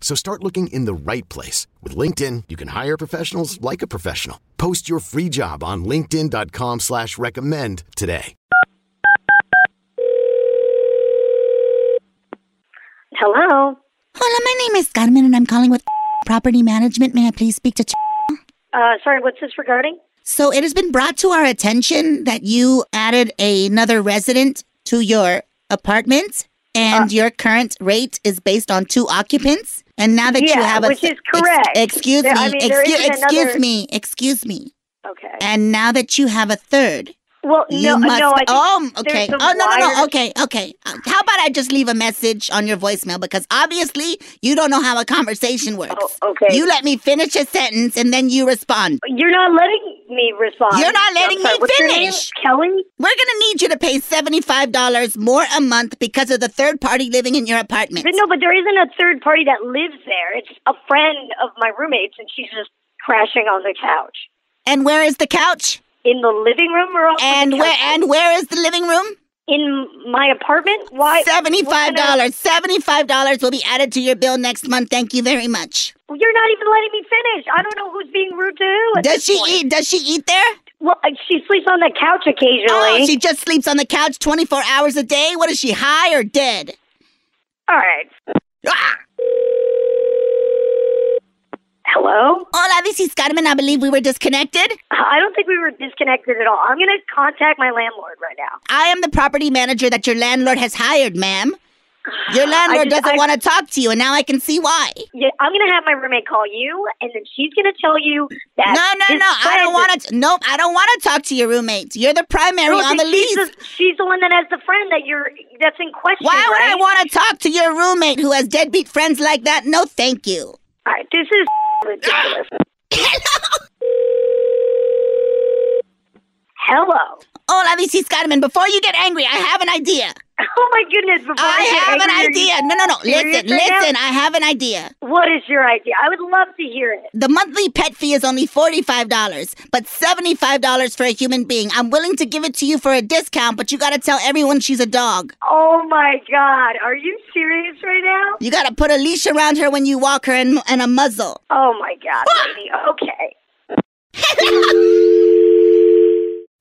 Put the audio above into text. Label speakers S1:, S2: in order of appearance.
S1: So start looking in the right place. With LinkedIn, you can hire professionals like a professional. Post your free job on linkedin.com slash recommend today.
S2: Hello.
S3: Hello, my name is Carmen and I'm calling with property management. May I please speak to Ch-
S2: Uh, sorry, what's this regarding?
S3: So it has been brought to our attention that you added another resident to your apartment and
S2: Uh.
S3: your current rate is based on two occupants. And now that you
S2: Yeah,
S3: have a
S2: which
S3: th-
S2: is correct.
S3: excuse me,
S2: There- I mean, there
S3: excuse,
S2: isn't
S3: excuse
S2: another-
S3: me, excuse me.
S2: Okay.
S3: And now that you have a third,
S2: Well,
S3: you
S2: no,
S3: must.
S2: no, I think
S3: oh, okay.
S2: there's
S3: Oh,
S2: the
S3: no, no, no.
S2: wires.
S3: Okay, okay. Uh, How about I just leave a message on your voicemail because obviously you don't know how a conversation works.
S2: Oh, okay.
S3: You let me finish a sentence and then you respond.
S2: You're not letting me respond.
S3: You're not
S2: I'm
S3: letting
S2: sorry,
S3: me
S2: what's your name?
S3: finish.
S2: Kelly?
S3: We're gonna need you to pay seventy-five dollars more a month because of the third party living in your apartment.
S2: But no, but there isn't a third party that lives there. It's a friend of my roommate's, and she's just crashing on the couch.
S3: And where is the couch?
S2: In the living room or off the
S3: And
S2: couch?
S3: where and where is the living room?
S2: in my apartment? Why
S3: Seventy-five
S2: what kind of-
S3: dollars. Seventy-five dollars will be added to your bill next month. Thank you very much.
S2: You're not even letting me finish. I don't know who's being rude to who. at
S3: Does
S2: this
S3: she
S2: point.
S3: eat? Does she eat there?
S2: Well, uh, she sleeps on the couch occasionally.
S3: Oh, she just sleeps on the couch twenty-four hours a day. What is she high or dead?
S2: All right.
S3: Ah!
S2: Hello?
S3: Hola, this is Carmen. I believe we were disconnected.
S2: I don't think we were disconnected at all. I'm going to contact my landlord right now.
S3: I am the property manager that your landlord has hired, ma'am. Your landlord
S2: just-
S3: doesn't
S2: I-
S3: want to talk to you, and now I can see why.
S2: Yeah, I'm going to have my roommate call you, and then she's going to tell you that.
S3: No, no,
S2: his
S3: no. I
S2: friend-
S3: don't want to. Nope. I don't want to talk to your roommates. You're the primary
S2: No,
S3: on the
S2: she's
S3: lease.
S2: the- she's the one that has the friend that you're that's in question.
S3: Why would I
S2: right?
S3: want to talk to your roommate who has deadbeat friends like that? No, thank you.
S2: All right, this is ridiculous.
S3: Hello.
S2: Hello.
S3: Hola, this is Carmen. Before you get angry, I have an idea.
S2: Oh my goodness! Before
S3: I
S2: get
S3: have an
S2: angry,
S3: idea.
S2: are you-
S3: No, no, no.
S2: serious
S3: Listen,
S2: right now?
S3: listen. I have an idea.
S2: What is your idea? I would love to hear it.
S3: The monthly pet fee is only $45, but $75 for a human being. I'm willing to give it to you for a discount, but you got to tell everyone she's a dog.
S2: Oh my God! Are you serious right now?
S3: You got to put a leash around her when you walk her and, and a muzzle.
S2: Oh my God, lady. Okay.